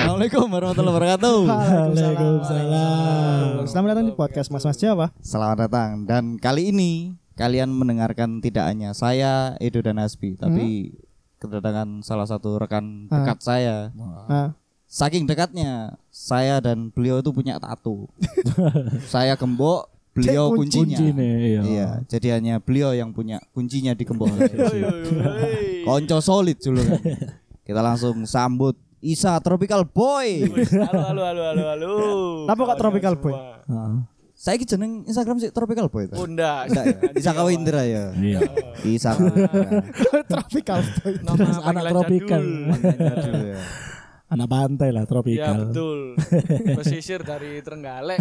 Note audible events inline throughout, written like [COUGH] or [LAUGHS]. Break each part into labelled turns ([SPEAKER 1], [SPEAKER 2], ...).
[SPEAKER 1] Assalamualaikum warahmatullahi wabarakatuh.
[SPEAKER 2] Waalaikumsalam. Selamat datang di podcast Mas Mas Jawa.
[SPEAKER 1] Selamat datang dan kali ini kalian mendengarkan tidak hanya saya Edo dan Hasbi tapi kedatangan salah satu rekan
[SPEAKER 2] Ah.
[SPEAKER 1] dekat saya.
[SPEAKER 2] Nah,
[SPEAKER 1] Saking dekatnya saya dan beliau itu punya tato. saya gembok, beliau
[SPEAKER 2] kunci.
[SPEAKER 1] kuncinya.
[SPEAKER 3] Kunci nih, iya.
[SPEAKER 1] Iya, jadi hanya beliau yang punya kuncinya di gembok. Konco solid dulu kan. Kita langsung sambut Isa Tropical Boy.
[SPEAKER 4] halo halo halo halo halo.
[SPEAKER 2] Apa kok Tropical Boy?
[SPEAKER 3] Ah,
[SPEAKER 1] Saya ki jeneng Instagram sih Tropical Boy ta.
[SPEAKER 4] Bunda.
[SPEAKER 1] Enggak ya? Isa Kawindra ya.
[SPEAKER 3] iya.
[SPEAKER 1] Isa Kawindra.
[SPEAKER 2] tropical boy.
[SPEAKER 3] Terus anak tropical.
[SPEAKER 4] Iya,
[SPEAKER 1] Makanya dulu ya.
[SPEAKER 3] Anak pantai lah
[SPEAKER 4] Ya
[SPEAKER 3] tropical.
[SPEAKER 4] betul. Pesisir dari Trenggalek.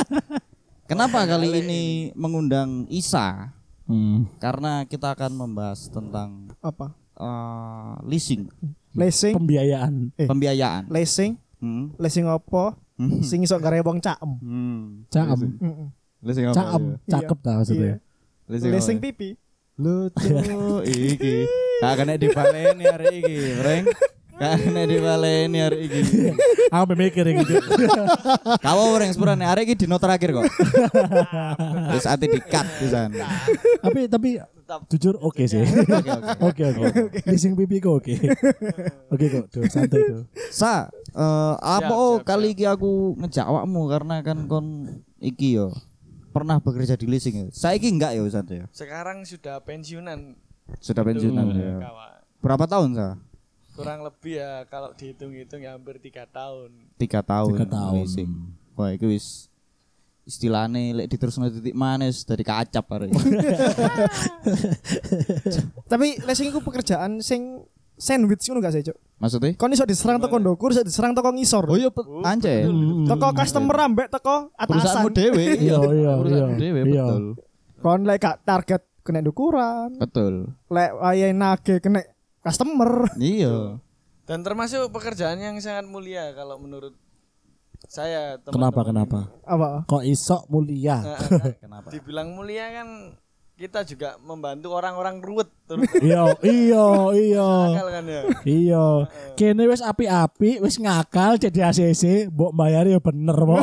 [SPEAKER 1] [LAUGHS] Kenapa kali ini mengundang Isa?
[SPEAKER 3] Hmm.
[SPEAKER 1] Karena kita akan membahas tentang
[SPEAKER 2] Apa?
[SPEAKER 1] eh, leasing,
[SPEAKER 2] Leasing,
[SPEAKER 3] Pembiayaan.
[SPEAKER 2] Eh.
[SPEAKER 1] pembiayaan.
[SPEAKER 2] leasing,
[SPEAKER 1] Hmm.
[SPEAKER 2] leasing opo? Sing iso gare wong caem.
[SPEAKER 1] Hmm.
[SPEAKER 3] Cakep.
[SPEAKER 2] Mm-mm.
[SPEAKER 1] Leasing apa?
[SPEAKER 3] Cakep.
[SPEAKER 1] ya?
[SPEAKER 3] Cakep dah maksudnya.
[SPEAKER 1] apa
[SPEAKER 2] Leasing
[SPEAKER 1] ya?
[SPEAKER 2] Iya. pipi.
[SPEAKER 1] Lucu iki. Gak kena dibaleni hari iki, Reng. Gak kena dibaleni hari iki.
[SPEAKER 3] Aku mikir yang [LAUGHS] gitu.
[SPEAKER 1] Kawo Reng sepurane hari iki dino terakhir
[SPEAKER 2] [LAUGHS]
[SPEAKER 1] kok. Wis ati dikat pisan.
[SPEAKER 3] tapi tapi jujur oke sih.
[SPEAKER 1] Oke oke.
[SPEAKER 3] Iya. [LAUGHS] Oke oke. Leasing pipi kok [LAUGHS] oke. Oke kok. Tuh santai tuh.
[SPEAKER 1] Sa, eh, apa
[SPEAKER 4] Siap,
[SPEAKER 1] oh
[SPEAKER 4] siap,
[SPEAKER 1] kali iki aku ngejak awakmu karena kan kon iki yo pernah bekerja di leasing ya. Saya iki enggak ya Ustaz ya.
[SPEAKER 4] Sekarang sudah pensiunan.
[SPEAKER 1] Sudah pensiunan
[SPEAKER 4] Tuh,
[SPEAKER 1] ya.
[SPEAKER 4] kawan.
[SPEAKER 1] Berapa tahun sa?
[SPEAKER 4] Kurang lebih ya kalau dihitung-hitung ya hampir tiga tahun.
[SPEAKER 1] Tiga tahun.
[SPEAKER 3] Tiga tahun.
[SPEAKER 1] Leasing. Wah, itu wis istilahnya lek diterusno titik manis dari kacap hari. [LAUGHS]
[SPEAKER 2] Tapi leasing iku pekerjaan sing sandwich ngono gak sih, Cuk?
[SPEAKER 1] Maksudnya?
[SPEAKER 2] Kon iso diserang teko ndokur, iso diserang teko ngisor.
[SPEAKER 1] Oh iya, pet- anjay.
[SPEAKER 2] Teko customer ambek teko
[SPEAKER 1] Perusahaanmu
[SPEAKER 2] atasan.
[SPEAKER 1] dewe.
[SPEAKER 3] Iya iya iya.
[SPEAKER 1] Perusahaanmu dewe,
[SPEAKER 3] Iya.
[SPEAKER 1] betul.
[SPEAKER 2] Kon lek gak target kena ndukuran,
[SPEAKER 1] Betul.
[SPEAKER 2] lek wayahe nage kena customer. [LAUGHS]
[SPEAKER 1] Iya.
[SPEAKER 4] Dan termasuk pekerjaan yang sangat mulia kalau menurut saya teman-teman.
[SPEAKER 3] Kenapa kenapa?
[SPEAKER 2] Apa?
[SPEAKER 3] Kok isok mulia? [LAUGHS]
[SPEAKER 4] Nah, nah,
[SPEAKER 1] Kenapa?
[SPEAKER 4] dibilang mulia kan kita juga membantu orang-orang ruwet terus
[SPEAKER 3] Iya iya iya.
[SPEAKER 4] akal kan ya.
[SPEAKER 3] Iya, kene wis api-api, wis ngakal jadi ACC, mbok bayari ya bener [LAUGHS] kok.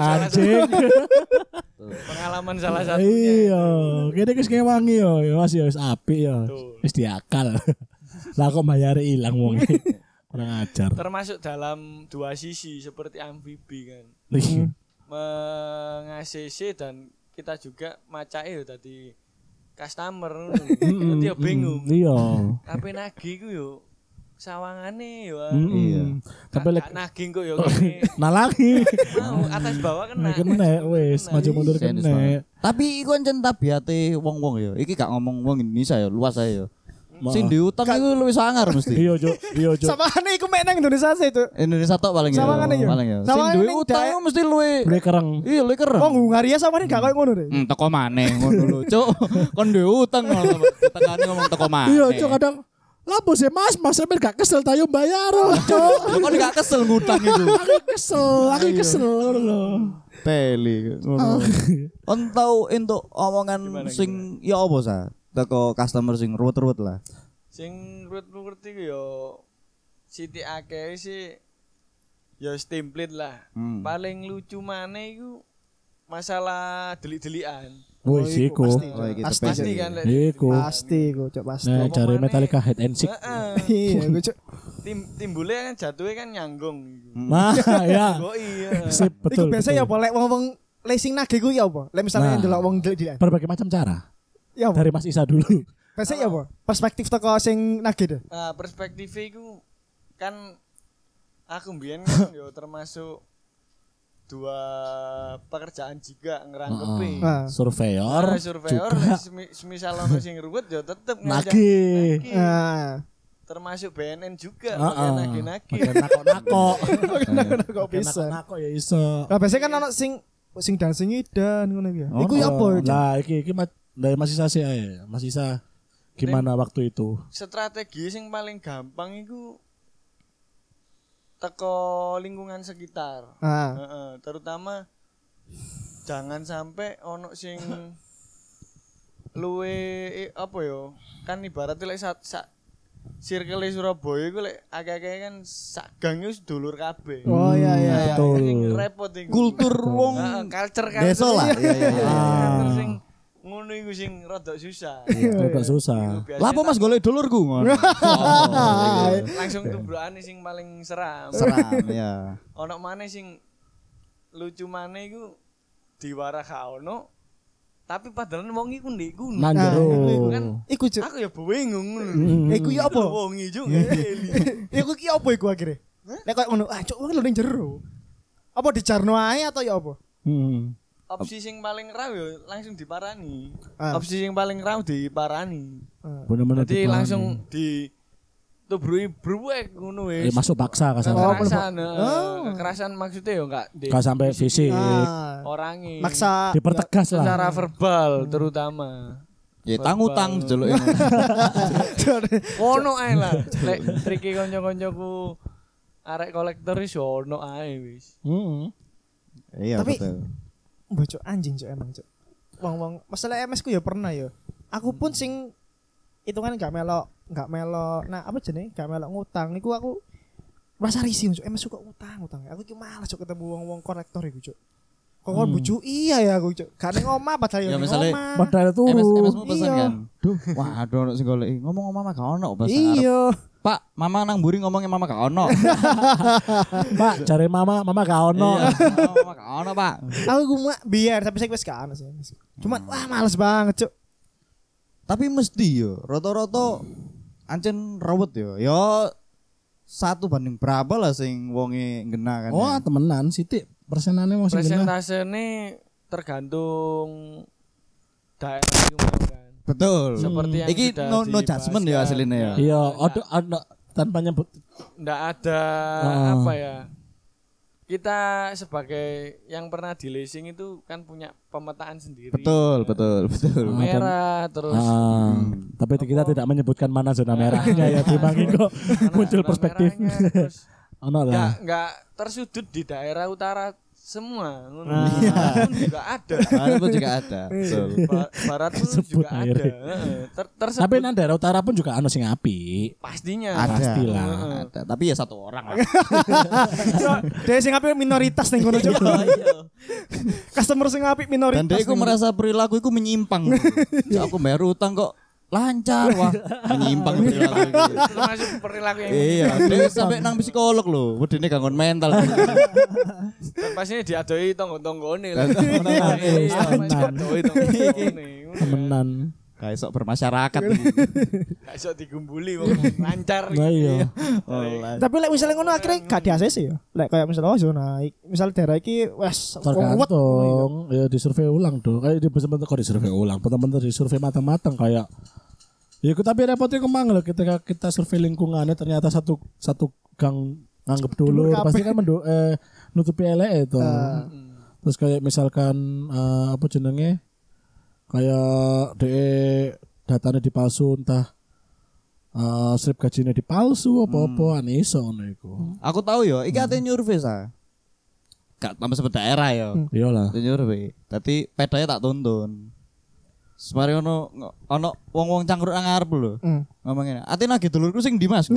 [SPEAKER 3] Anjing.
[SPEAKER 4] Pengalaman salah satunya.
[SPEAKER 3] Iya, kene wis ngewangi yo, ya Mas ya wis apik yo. Wis diakal. [LAUGHS] Lah kok bayari ilang wong iki. Kurang ajar.
[SPEAKER 4] termasuk dalam dua sisi seperti amfibi kan
[SPEAKER 3] Hmm.
[SPEAKER 4] meng-ACC dan kita juga macai yo tadi customer
[SPEAKER 3] [LAUGHS] Mm-mm,
[SPEAKER 4] nanti yo
[SPEAKER 3] mm-mm.
[SPEAKER 4] ya bingung
[SPEAKER 3] Iya.
[SPEAKER 4] tapi nagih ku yo sawangane yo
[SPEAKER 3] Iya. Tapi lek
[SPEAKER 4] nagih kok yo
[SPEAKER 3] [LAUGHS]
[SPEAKER 4] gini.
[SPEAKER 3] nalangi
[SPEAKER 4] mau atas bawah kan kena
[SPEAKER 3] kena wis maju mundur
[SPEAKER 1] Sadis
[SPEAKER 3] kena.
[SPEAKER 1] banget. Tapi iku ancen tabiate wong-wong ya. Iki gak ngomong wong Indonesia ya, luas ae ya. Sing diutang iku luwih sangar mesti.
[SPEAKER 3] Iya, Cuk. Iya, Cuk.
[SPEAKER 2] Sama ane iku mek nang Indonesia sih, Cuk.
[SPEAKER 1] Indonesia tok paling ya.
[SPEAKER 2] Sawangane ya.
[SPEAKER 1] Paling ya. Sing
[SPEAKER 2] Sawangane
[SPEAKER 1] duwe
[SPEAKER 2] ning
[SPEAKER 1] utang
[SPEAKER 2] dae-
[SPEAKER 1] iku mesti luwih
[SPEAKER 3] Bre kereng.
[SPEAKER 1] Iya, luwih keren.
[SPEAKER 2] Wong Hungaria sama nih gak koyo ngono deh.
[SPEAKER 1] Hmm, teko maneh ngono lho, [LAUGHS] Cuk. Kon duwe utang ngono. Tekane ngomong teko maneh.
[SPEAKER 3] Iya, Cuk kadang Lapo sih mas, mas sampe gak kesel tayo bayar Cuk.
[SPEAKER 1] Lah, Kon gak kesel ngutang
[SPEAKER 3] [LAUGHS]
[SPEAKER 1] iku.
[SPEAKER 3] Aku kesel, aku kesel loh.
[SPEAKER 1] Teli
[SPEAKER 3] Ah.
[SPEAKER 1] ngono. Kon tau entuk omongan sing ya apa sa? Teko customer sing ruwet-ruwet lah.
[SPEAKER 4] sing menurut-menurut iku yo siti akeh sih yo wis template lah
[SPEAKER 1] Hmm.
[SPEAKER 4] paling lucu mana iku masalah delik-delikan
[SPEAKER 3] Woi, siku.
[SPEAKER 1] Oh, iki
[SPEAKER 4] pasti kan lek
[SPEAKER 3] Iku.
[SPEAKER 2] Pasti gue cok pasti.
[SPEAKER 3] Nah, cari
[SPEAKER 4] Omongannya-
[SPEAKER 3] Metallica head and sick.
[SPEAKER 4] Heeh.
[SPEAKER 2] Iya gue cok.
[SPEAKER 4] tim timbulnya kan jatuhnya kan nyanggung gitu.
[SPEAKER 3] Nah, [LAUGHS] ya.
[SPEAKER 4] Oh iya.
[SPEAKER 3] Sip,
[SPEAKER 2] Iku
[SPEAKER 3] [LAUGHS] betul.
[SPEAKER 2] biasa ya
[SPEAKER 3] betul.
[SPEAKER 2] apa lek wong-wong leasing nage gue ya apa? Lek misalnya
[SPEAKER 3] Nah.
[SPEAKER 2] nah. ndelok wong delik-delikan.
[SPEAKER 3] Berbagai macam cara.
[SPEAKER 2] Ya apa?
[SPEAKER 3] Dari Mas Isa dulu.
[SPEAKER 2] Biasa ya apa? Perspektif toko sing nage deh.
[SPEAKER 4] Nah, perspektifnya itu kan aku mbien kan yo termasuk dua pekerjaan juga ngerangkepi.
[SPEAKER 2] Nah.
[SPEAKER 3] Surveyor.
[SPEAKER 4] Nah, surveyor nek semi- semisal ono sing ruwet yo tetep ngajak
[SPEAKER 3] Nagih.
[SPEAKER 4] nagih.
[SPEAKER 2] Nah,
[SPEAKER 4] Termasuk BNN juga
[SPEAKER 3] Heeh.
[SPEAKER 4] pakai nagih-nagih.
[SPEAKER 3] Pakai nako-nako.
[SPEAKER 2] [LAUGHS]
[SPEAKER 3] Eh.
[SPEAKER 2] Nah, kok
[SPEAKER 3] Pakai
[SPEAKER 2] bisa.
[SPEAKER 3] Nako-nako ya iso.
[SPEAKER 2] Lah biasa kan ono sing sing dancing dan ngono ya. Iku ya apa? Cuk?
[SPEAKER 3] Nah, iki iki Mas- dari Mas Isa sih ae. Mas Isa gimana waktu itu?
[SPEAKER 4] Strategi sing paling gampang itu teko lingkungan sekitar.
[SPEAKER 2] Nah,
[SPEAKER 4] Heeh, terutama jangan sampai ono sing luwe i- apa yo kan ibaratnya like sa, sa- circle Surabaya iku lek akeh-akeh kan sak gang wis dulur kabeh.
[SPEAKER 2] Oh iya iya iya.
[SPEAKER 3] Betul.
[SPEAKER 4] Sing repot iku.
[SPEAKER 1] Kultur
[SPEAKER 3] Ah,
[SPEAKER 1] wong
[SPEAKER 4] Heeh, [LAUGHS] culture kan.
[SPEAKER 1] desa
[SPEAKER 2] gitu.
[SPEAKER 1] lah. Iya, iya, iya.
[SPEAKER 4] Culture sing ngono iku sing rada susah.
[SPEAKER 2] Iya.
[SPEAKER 3] Agak
[SPEAKER 4] Iku
[SPEAKER 3] susah.
[SPEAKER 4] biasanya Oh, iya,
[SPEAKER 1] Lapo Mas golek dulurku ngono. [LAUGHS]
[SPEAKER 4] tak- langsung tubrokane sing paling seram.
[SPEAKER 1] Seram ya.
[SPEAKER 4] Ono maneh sing lucu maneh iku diwarah ono tapi padahal wong iku ndek iku.
[SPEAKER 3] Nang
[SPEAKER 2] Nah,
[SPEAKER 3] jero.
[SPEAKER 2] kan-
[SPEAKER 3] Hmm.
[SPEAKER 2] Iku cuk.
[SPEAKER 4] Aku ya bingung ngono.
[SPEAKER 3] Mm.
[SPEAKER 2] Iku ya apa?
[SPEAKER 4] Wong iki juga ngeli.
[SPEAKER 2] [LAUGHS] Iku ki apa iku akhire? Nek koyo ngono, ah cuk wong lho ning jero. Apa dijarno ae atau ya apa?
[SPEAKER 3] Hmm.
[SPEAKER 4] opsi sing paling raw ya langsung diparani.
[SPEAKER 2] Ah.
[SPEAKER 4] Opsi sing paling raw diparani.
[SPEAKER 3] Bener-bener
[SPEAKER 4] Jadi
[SPEAKER 3] dipelan.
[SPEAKER 4] langsung di tubrui bruwek ngono wis.
[SPEAKER 3] Eh, masuk paksa
[SPEAKER 2] Oh,
[SPEAKER 3] kasar.
[SPEAKER 4] kekerasan. eh, Kekerasan maksudnya ya enggak di
[SPEAKER 3] Gak sampai fisik.
[SPEAKER 2] Ah,
[SPEAKER 4] orangi.
[SPEAKER 2] maksa [LAUGHS]
[SPEAKER 3] Dipertegas lah.
[SPEAKER 4] secara verbal terutama.
[SPEAKER 1] Ya tangutang jolok ini.
[SPEAKER 4] Ono ae lah. [LAUGHS] Lek triki kanca-kancaku arek kolektor wis ono ae wis.
[SPEAKER 3] Hmm.
[SPEAKER 1] [LAUGHS] Iya
[SPEAKER 2] Tapi-
[SPEAKER 1] betul.
[SPEAKER 2] Mbah cuk anjing cuk emang cuk. Wong-wong masalah MS ku ya pernah ya. Aku pun sing hitungan gak melok, gak melok. Nah, apa jenenge? Gak melok ngutang niku aku merasa risih cuk. MS kok ngutang ngutang. Aku ki malas cuk ketemu wong-wong kolektor iku cuk. Kok kon
[SPEAKER 3] Hmm.
[SPEAKER 2] bojo iya ya aku cuk. Gak ning omah padahal
[SPEAKER 1] Ya,
[SPEAKER 2] ya ning
[SPEAKER 1] misalnya-
[SPEAKER 2] omah.
[SPEAKER 3] Padahal tuh.
[SPEAKER 1] MS MS mu pesen
[SPEAKER 2] Iya.
[SPEAKER 1] kan. Duh, wah ada ono sing golek. Ngomong mama gak ono pas Arab.
[SPEAKER 2] Iya.
[SPEAKER 1] Pak, mama nang mburi ngomongnya mama gak [LAUGHS] ono.
[SPEAKER 3] Pak, cari mama, mama gak ono.
[SPEAKER 1] Iya, mama gak ono, Pak.
[SPEAKER 2] Aku cuma biar tapi saya wis gak ana sih. Cuman wah males banget cuk.
[SPEAKER 1] Tapi mesti yo, rata-rata ancen rawet yo. Yo satu banding berapa lah sing wonge ngena kan.
[SPEAKER 3] Oh, temenan Siti persenannya mau sih bener.
[SPEAKER 4] Presentase ini tergantung daerah iku mau kan.
[SPEAKER 1] Betul.
[SPEAKER 4] Seperti yang
[SPEAKER 1] Iki
[SPEAKER 4] sudah kan?
[SPEAKER 1] no, no judgement ya
[SPEAKER 4] dibahaskan.
[SPEAKER 1] aslinya ya.
[SPEAKER 3] Iya, ada ada tanpa nyebut.
[SPEAKER 4] ndak ada
[SPEAKER 3] Ah.
[SPEAKER 4] apa ya kita sebagai yang pernah di leasing itu kan punya pemetaan sendiri
[SPEAKER 1] Betul, betul, betul.
[SPEAKER 3] Ah, dan-
[SPEAKER 4] merah terus [LAUGHS]
[SPEAKER 3] Ah, tapi kita tidak menyebutkan mana zona merahnya ya dibangi [LAUGHS] kok
[SPEAKER 4] mana
[SPEAKER 3] muncul
[SPEAKER 4] zona
[SPEAKER 3] perspektif.
[SPEAKER 4] merahnya, terus
[SPEAKER 3] [LAUGHS] Ono
[SPEAKER 4] nggak
[SPEAKER 3] lah.
[SPEAKER 4] nggak tersudut di daerah utara semua ngono.
[SPEAKER 2] Ah.
[SPEAKER 4] Barat pun juga ada
[SPEAKER 1] Barat pun juga ada. Betul.
[SPEAKER 4] Ba- barat pun
[SPEAKER 3] Sebut
[SPEAKER 4] juga ada
[SPEAKER 3] merek.
[SPEAKER 4] Heeh, ter- tersebut
[SPEAKER 3] Tapi nang daerah utara pun juga ano sing api.
[SPEAKER 4] pastinya
[SPEAKER 1] Ada.
[SPEAKER 3] Pastilah.
[SPEAKER 1] Ada. Tapi ya satu orang lah.
[SPEAKER 2] Dia sing apik minoritas ning kono cuk. [LAUGHS] Customer sing apik minoritas.
[SPEAKER 1] Dan dia aku
[SPEAKER 2] ning-
[SPEAKER 1] merasa perilaku aku menyimpang. Ya, aku bayar utang kok lancar wah menyimpang perilaku
[SPEAKER 4] [LAUGHS]
[SPEAKER 1] aku.
[SPEAKER 4] termasuk perilaku yang
[SPEAKER 1] iya dia sampai nang psikolog loh wedine gangguan mental [LAUGHS]
[SPEAKER 4] Dan pastinya diadoi tonggo-tonggone lah.
[SPEAKER 3] Temenan,
[SPEAKER 4] Iya,
[SPEAKER 3] eh, temenan.
[SPEAKER 4] diadoi tonggo-tonggone.
[SPEAKER 3] Temenan.
[SPEAKER 1] kayak sok bermasyarakat ini.
[SPEAKER 4] Gak iso digumbuli wong lancar.
[SPEAKER 3] Nah iya.
[SPEAKER 2] Tapi lek misalnya ngono akhirnya gak di ACC ya. Lek kayak misalnya oh zona iki, misal daerah iki wes ruwet ngono ya.
[SPEAKER 3] Tergantung ya disurvei ulang dong. Kayak di bener kok disurvei ulang. Bener-bener disurvei matang-matang kayak Ya ku- tapi repotnya kemang loh ketika kita survei lingkungannya ternyata satu satu gang nganggep
[SPEAKER 2] kabeh.
[SPEAKER 3] dulu
[SPEAKER 2] Nah.
[SPEAKER 3] pasti kan mendu, eh, nutupi ele itu. Terus kayak misalkan eh, apa jenenge kayak de datanya dipalsu entah eh, slip gajinya dipalsu apa-apa hmm. iso ngono iku.
[SPEAKER 1] aku tahu yo iki ate nyurvei sa gak tambah sebut daerah yo
[SPEAKER 3] Iyalah.
[SPEAKER 1] Ate nyurvei tapi pedanya tak tonton Semari ono ono wong-wong cangkruk nang ngarep lho.
[SPEAKER 2] Hmm. [LAUGHS]
[SPEAKER 1] Ngomongin, ate nagih dulurku sing ndi Mas?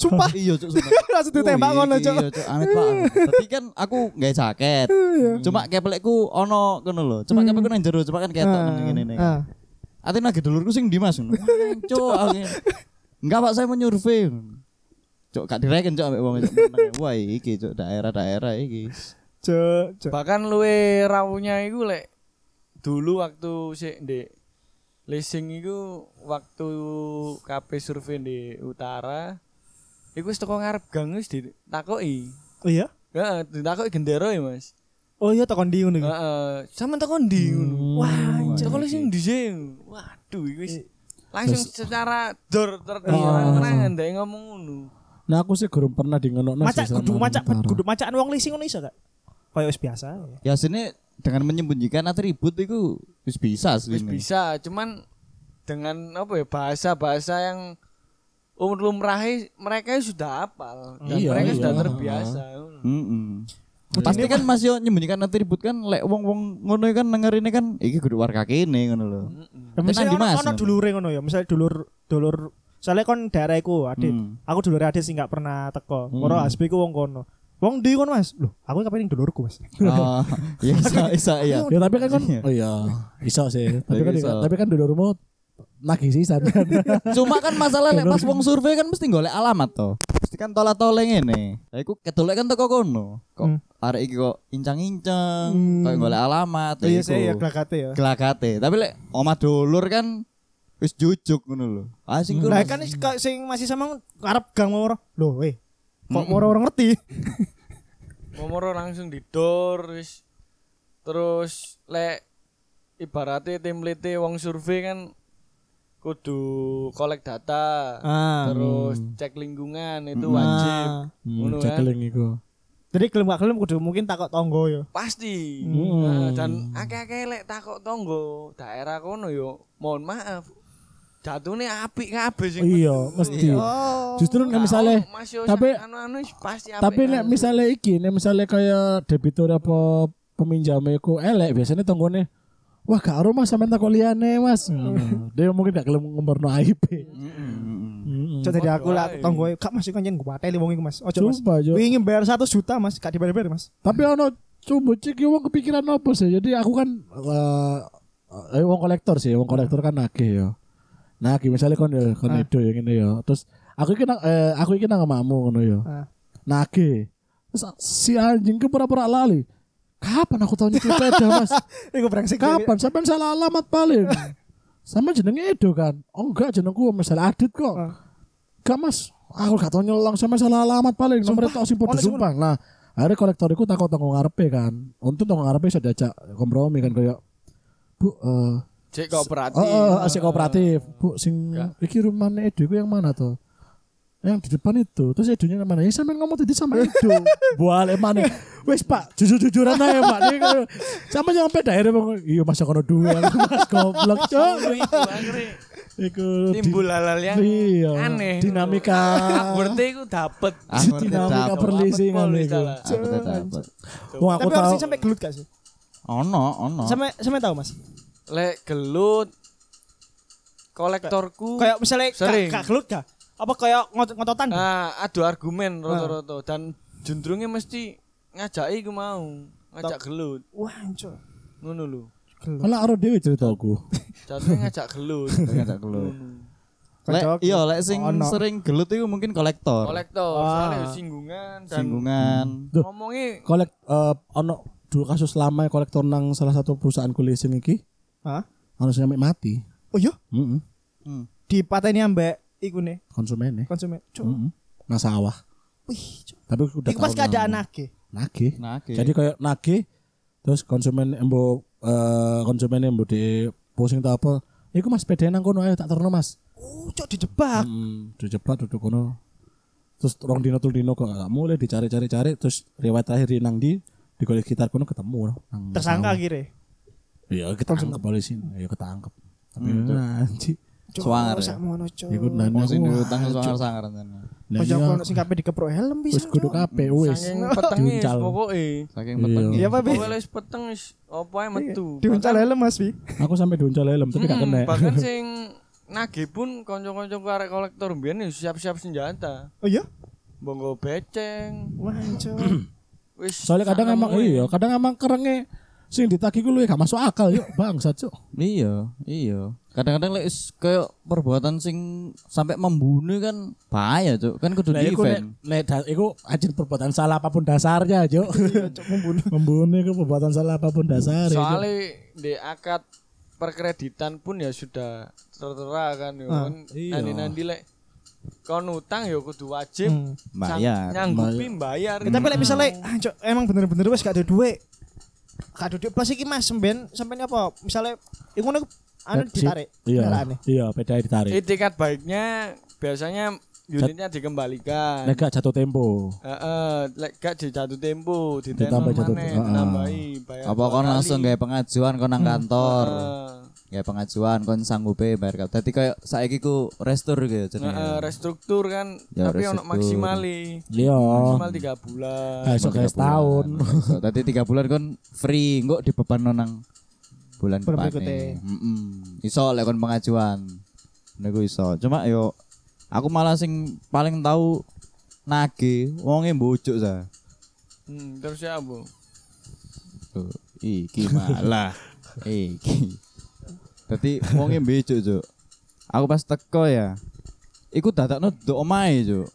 [SPEAKER 2] Sumpah
[SPEAKER 1] iya, Cuk, sumpah.
[SPEAKER 2] [LAUGHS] langsung ditembak
[SPEAKER 1] Oh,
[SPEAKER 2] ngono
[SPEAKER 1] iya,
[SPEAKER 2] cuk.
[SPEAKER 1] Iya, Cuk, aneh Pak.
[SPEAKER 2] [LAUGHS]
[SPEAKER 1] Tapi kan aku nggak jaket.
[SPEAKER 2] Iya.
[SPEAKER 1] Cuma kepelekku ono ngono lho. Cuma kepelekku nang jero, cuma kan ketok
[SPEAKER 2] Hmm. Ah,
[SPEAKER 1] ngene-ngene.
[SPEAKER 2] ah.
[SPEAKER 1] Ate nagih dulurku sing ndi Mas?
[SPEAKER 2] [LAUGHS]
[SPEAKER 1] Cuk, aku ngene. enggak Pak, saya menyurvei. Cuk, gak direken cuk ambek wong cuk.
[SPEAKER 2] [LAUGHS]
[SPEAKER 1] Meneng. Wah, iki cuk daerah-daerah iki.
[SPEAKER 2] Cuk, cuk.
[SPEAKER 4] Bahkan luwe rawunya iku lek dulu waktu sik ndek leasing iku waktu KP survei di utara iku wis teko ngarep gang wis ditakoki.
[SPEAKER 2] Oh iya.
[SPEAKER 4] Heeh, ditakoki gendera ya, e, Mas.
[SPEAKER 2] Oh iya tekan ndi ngono iki.
[SPEAKER 4] Heeh, sampean teko ndi ngono?
[SPEAKER 3] Hmm.
[SPEAKER 2] Wah,
[SPEAKER 4] Teko le sing ndi sih? Waduh, iku
[SPEAKER 3] Eh.
[SPEAKER 4] wis langsung secara dor
[SPEAKER 3] Ah.
[SPEAKER 4] terang-terangan ndek ngomong ngono.
[SPEAKER 3] Nah aku sih gurung pernah di ngono
[SPEAKER 2] macak kudu macak kudu macakan wong leasing ngono iso gak? Kayak wis biasa.
[SPEAKER 1] Ya
[SPEAKER 2] ya.
[SPEAKER 1] sini dengan menyembunyikan atribut itu wis bisa sih.
[SPEAKER 4] Wis bisa, cuman dengan apa ya bahasa-bahasa yang umur lumrahe mereka ya sudah hafal dan
[SPEAKER 3] Iya,
[SPEAKER 4] mereka
[SPEAKER 3] iya.
[SPEAKER 4] sudah terbiasa.
[SPEAKER 1] Heeh. Pasti kan masih menyembunyikan atribut kan lek wong-wong ngono kan dengerine kan iki kudu warga kene ngono lho.
[SPEAKER 2] Ya, Misalnya
[SPEAKER 1] Tenan, Dimas,
[SPEAKER 2] ono ono
[SPEAKER 1] ngono.
[SPEAKER 2] dulure ngono ya. Misalnya dulur dulur Soalnya kon daerahku, Adit.
[SPEAKER 1] Hmm.
[SPEAKER 2] Aku dulur Adit sih nggak pernah teko.
[SPEAKER 1] Hmm.
[SPEAKER 2] Moro HSP ku wong kono. Wong ndi kon, Mas? Loh, aku kapan ning dulurku, Mas.
[SPEAKER 1] Ah, ya bisa bisa iya.
[SPEAKER 3] Ya tapi kan kan
[SPEAKER 1] Iya.
[SPEAKER 3] oh iya, iso sih. Tapi
[SPEAKER 1] Iya,
[SPEAKER 3] kan
[SPEAKER 1] iso.
[SPEAKER 3] tapi kan dulu rumah nagih [LAUGHS] sisan kan.
[SPEAKER 1] Cuma kan masalah lek pas wong survei kan mesti golek alamat to. Mesti kan tola-tole ngene. Lah iku ketulek kan teko kono. Kok
[SPEAKER 2] Hmm.
[SPEAKER 1] arek iki kok incang-incang,
[SPEAKER 2] Hmm.
[SPEAKER 1] kok golek alamat ya
[SPEAKER 2] Iya
[SPEAKER 1] iku.
[SPEAKER 2] sih ya glagate ya.
[SPEAKER 1] Gelagate. Tapi lek omah dulur kan wis jujuk ngono lho. Ah sing
[SPEAKER 2] Lah
[SPEAKER 1] kurang.
[SPEAKER 2] kan ka- sing masih sama arep gang moro. Loh, weh. Kok
[SPEAKER 1] Mm-mm.
[SPEAKER 2] moro orang ngerti?
[SPEAKER 4] Momoro langsung didor wis. Terus lek ibaratnya template wong survei kan kudu kolek data.
[SPEAKER 2] Ah.
[SPEAKER 4] Terus cek lingkungan itu
[SPEAKER 1] Hmm.
[SPEAKER 4] wajib.
[SPEAKER 2] Ah.
[SPEAKER 3] Hmm,
[SPEAKER 4] Ngono kan.
[SPEAKER 3] cekeling iku.
[SPEAKER 2] Jadi gelem gak gelem kudu mungkin takok tonggo ya.
[SPEAKER 4] Pasti.
[SPEAKER 3] Hmm.
[SPEAKER 4] Nah, dan akeh-akeh lek takok tonggo daerah kono yo. Mohon maaf. Jatune apik kabeh sing
[SPEAKER 3] Oh Iya, mesti.
[SPEAKER 2] Oh.
[SPEAKER 3] Justru nek misalnya tapi-
[SPEAKER 4] tapi anu-anu wis pasti apik.
[SPEAKER 3] tapi nek
[SPEAKER 4] kabeh.
[SPEAKER 3] misalnya iki, nek misalnya kayak debitur apa peminjamnya iku elek biasanya tonggone Wah, gak aru mas sampean takok liyane, Mas. Ngono. Dia mungkin gak gelem ngumperno aib.
[SPEAKER 1] Mm-mm, mm-mm.
[SPEAKER 3] Heeh.
[SPEAKER 2] Cok dari aku lah
[SPEAKER 4] Waduh,
[SPEAKER 2] tonggo Kak Mas iku anjen gue pateli wong iku Mas. Ojo Mas.
[SPEAKER 3] Coba,
[SPEAKER 2] Wingi bayar 1 juta Mas, gak dibayar-bayar Mas.
[SPEAKER 3] Tapi ono coba cek ya, wong kepikiran apa sih? Jadi aku kan eh, eh wong kolektor sih, wong kolektor kan akeh ya. Nah, iki misalnya kon ya, kon
[SPEAKER 2] Ah.
[SPEAKER 3] edo ya ngene ya. Terus aku iki nang eh, aku iki nang omamu ngono ya.
[SPEAKER 2] Ah.
[SPEAKER 3] Nah, akeh. Terus si anjing ke pura-pura lali. Kapan aku tahu nyetir sepeda, Mas?
[SPEAKER 2] Iku brengsek.
[SPEAKER 3] Kapan? Sampean salah alamat
[SPEAKER 2] [LAUGHS]
[SPEAKER 3] paling. Sama jenenge Edo kan? Oh enggak jenengku misalnya Adit kok.
[SPEAKER 2] Ah.
[SPEAKER 3] Gak mas, aku gak tau nyolong sama salah alamat paling nomor itu sing
[SPEAKER 2] Ono
[SPEAKER 3] podo
[SPEAKER 2] sing
[SPEAKER 3] sumpang. Nah, akhirnya kolektoriku takut tanggung ngarepe kan. Untung tanggung ngarepe sudah diajak kompromi kan kayak Bu, eh
[SPEAKER 4] cek kooperatif.
[SPEAKER 3] oh, oh, asik kooperatif. Bu, sing iki rumahnya Edo iku yang mana tuh? Yang di depan itu. Terus Edonya yang mana? Ya sampean ngomong tadi sama
[SPEAKER 2] [LAUGHS]
[SPEAKER 3] Edo. Bual emane. Wes Pak, jujur-jujuran aja Pak. Ini kayak- Sama yang sampai daerah Bang. Iya masa kono dua. Mas goblok, Cok.
[SPEAKER 4] Iku akhirnya
[SPEAKER 3] Iku di-
[SPEAKER 4] timbul hal-hal yang
[SPEAKER 3] Iya.
[SPEAKER 4] aneh.
[SPEAKER 3] Dinamika.
[SPEAKER 4] Akhirnya iku dapet.
[SPEAKER 1] Aku
[SPEAKER 3] Dinamika
[SPEAKER 1] tetap.
[SPEAKER 3] perlisingan
[SPEAKER 4] Dapet,
[SPEAKER 3] iku.
[SPEAKER 4] Paul,
[SPEAKER 1] Aku tetap.
[SPEAKER 3] Wong aku
[SPEAKER 2] Tapi orang
[SPEAKER 3] tahu.
[SPEAKER 2] sing sampai gelut gak sih?
[SPEAKER 1] Ono, ono.
[SPEAKER 2] Sampai sampai tahu Mas.
[SPEAKER 4] Lek gelut kolektorku
[SPEAKER 2] Kayak misalnya gak
[SPEAKER 4] Sering.
[SPEAKER 2] gak gelut gak? Apa kayak ngot- ngototan?
[SPEAKER 4] ah, adu argumen roto-roto dan jendrungnya mesti ngajak iku mau ngajak gelut
[SPEAKER 2] Wah, anjir.
[SPEAKER 4] ngono lho
[SPEAKER 2] Gelut.
[SPEAKER 3] Malah aro dhewe ceritaku.
[SPEAKER 4] jatuhnya ngajak gelut
[SPEAKER 1] Ngajak gelut. Lek
[SPEAKER 2] Kocok.
[SPEAKER 1] iya lek sing
[SPEAKER 2] Ono.
[SPEAKER 1] sering gelut iku mungkin kolektor.
[SPEAKER 4] kolektor
[SPEAKER 2] Ah.
[SPEAKER 4] soalnya singgungan dan
[SPEAKER 1] Singgungan.
[SPEAKER 3] Duh.
[SPEAKER 4] ngomongnya
[SPEAKER 3] Kolek eh, ono dua kasus lama kolektor nang salah satu perusahaan leasing iki
[SPEAKER 2] Hah?
[SPEAKER 3] ono sing sampe mati.
[SPEAKER 2] Oh iya,
[SPEAKER 3] Heeh.
[SPEAKER 1] Hmm.
[SPEAKER 2] dipateni ambek iku nih
[SPEAKER 3] Konsumennya.
[SPEAKER 2] konsumen. Cuk.
[SPEAKER 3] Heeh. Nang sawah.
[SPEAKER 2] Wih, cuk.
[SPEAKER 3] Tapi udah
[SPEAKER 2] Iku pas
[SPEAKER 3] tau
[SPEAKER 2] keadaan
[SPEAKER 3] nang-
[SPEAKER 2] nage.
[SPEAKER 3] nagih.
[SPEAKER 1] Nah, oke.
[SPEAKER 3] Jadi kayak nagih terus konsumen embo eh konsumen embo di posting tau apa. Iku Mas sepeda nang kono ayo tak terno Mas.
[SPEAKER 2] Oh, cuk dijebak.
[SPEAKER 3] Heeh. Dijebat duduk kono. Terus rong dino tul dino kok gak mulai dicari-cari-cari terus riwayat terakhir di nang di di kolek sekitar kono ketemu nang
[SPEAKER 2] Tersangka kira.
[SPEAKER 3] Iya, ketangkep polisi. Iya, ketangkep. Tapi nah, anji.
[SPEAKER 1] Suangar ya?
[SPEAKER 2] sakmono cuk.
[SPEAKER 3] Iku nane
[SPEAKER 1] Wong sing
[SPEAKER 3] wah,
[SPEAKER 1] diutang
[SPEAKER 3] cuk.
[SPEAKER 1] sangar-sangaran.
[SPEAKER 3] Lah
[SPEAKER 2] Pojok
[SPEAKER 3] iya,
[SPEAKER 2] kono sing kabeh dikepro helm
[SPEAKER 3] Wis
[SPEAKER 2] bisa.
[SPEAKER 3] kudu
[SPEAKER 2] Cuk.
[SPEAKER 3] kape wis.
[SPEAKER 4] saking petengnya
[SPEAKER 3] Diuncal.
[SPEAKER 4] pokoknya
[SPEAKER 1] Saking peteng.
[SPEAKER 2] Iya, Pak. Bi.
[SPEAKER 4] pokoknya wis peteng wis apa yang metu
[SPEAKER 2] Diuncal helm Mas Bi.
[SPEAKER 3] Aku sampai diuncal helm tapi gak
[SPEAKER 4] Hmm,
[SPEAKER 3] kena.
[SPEAKER 4] bahkan sing nagih pun konco-konco karek kolektor mbiyen wis siap-siap senjata
[SPEAKER 2] Oh iya.
[SPEAKER 4] bongo beceng
[SPEAKER 2] Wah, cuk.
[SPEAKER 4] wis
[SPEAKER 3] Soalnya kadang emang iya, kadang emang kerenge sing ditagih ku lu gak masuk akal yuk bangsa cuk.
[SPEAKER 1] Iya, iya. Kadang-kadang lek is kayak perbuatan sing sampai membunuh kan bahaya, Cuk. Kan kudu
[SPEAKER 3] Lah iku nek
[SPEAKER 1] di-event.
[SPEAKER 3] nek da- iku ajin perbuatan salah apapun dasarnya cuk. membunuh. [LAUGHS] Membunuh iku perbuatan salah apapun dasarnya. Cuk.
[SPEAKER 4] soalnya di akad perkreditan pun ya sudah tertera kan ya kan
[SPEAKER 3] iya.
[SPEAKER 4] nanti nanti lek kon utang ya kudu wajib
[SPEAKER 2] Hmm.
[SPEAKER 4] sang-
[SPEAKER 1] Bayar.
[SPEAKER 4] nyanggupi bayar
[SPEAKER 2] Tapi lek misalnya ah, cuk, emang bener-bener wis gak ada duit. Gak ada duit plus iki Mas sampean sampean apa? Misalnya iku nek anu
[SPEAKER 3] That's it.
[SPEAKER 2] ditarik.
[SPEAKER 3] Iya.
[SPEAKER 2] kendaraannya.
[SPEAKER 3] Iya, pedae ditarik.
[SPEAKER 4] etikat baiknya biasanya unitnya dikembalikan
[SPEAKER 3] Nek gak jatuh tempo.
[SPEAKER 4] Heeh, lek gak di jatuh tempo, ditenor
[SPEAKER 3] Ditambah jatuh
[SPEAKER 4] maneh,
[SPEAKER 3] tempo, heeh.
[SPEAKER 4] ditambahi, bayar
[SPEAKER 1] Apa
[SPEAKER 4] dua
[SPEAKER 1] kon
[SPEAKER 4] kali.
[SPEAKER 1] langsung gawe pengajuan kon nang kantor.
[SPEAKER 4] Heeh.
[SPEAKER 1] Gawe pengajuan kon sanggupe bayar kabeh. Dadi kayak saiki ku restur gitu
[SPEAKER 4] Heeh,
[SPEAKER 1] jenenge.
[SPEAKER 4] restruktur kan,
[SPEAKER 1] Ya,
[SPEAKER 4] tapi ono
[SPEAKER 1] restruktur.
[SPEAKER 4] maksimali.
[SPEAKER 3] Iya.
[SPEAKER 4] Maksimal 3 bulan.
[SPEAKER 3] Gak iso guys tahun.
[SPEAKER 1] Tadi tiga bulan kon free, engko dibeban nang bulan
[SPEAKER 2] Bulan berikutnya.
[SPEAKER 1] depan. Heeh. Iso lek kon pengajuan. Niku iso. Cuma yo Aku malah sing paling tahu nage wonge mbojo sa.
[SPEAKER 4] Hmm, terus ya bu.
[SPEAKER 1] Tuh, Gitu. iki malah iki. Dadi wonge mbojo, Cuk. Aku pas teko ya. Iku dadakno do omahe, Cuk.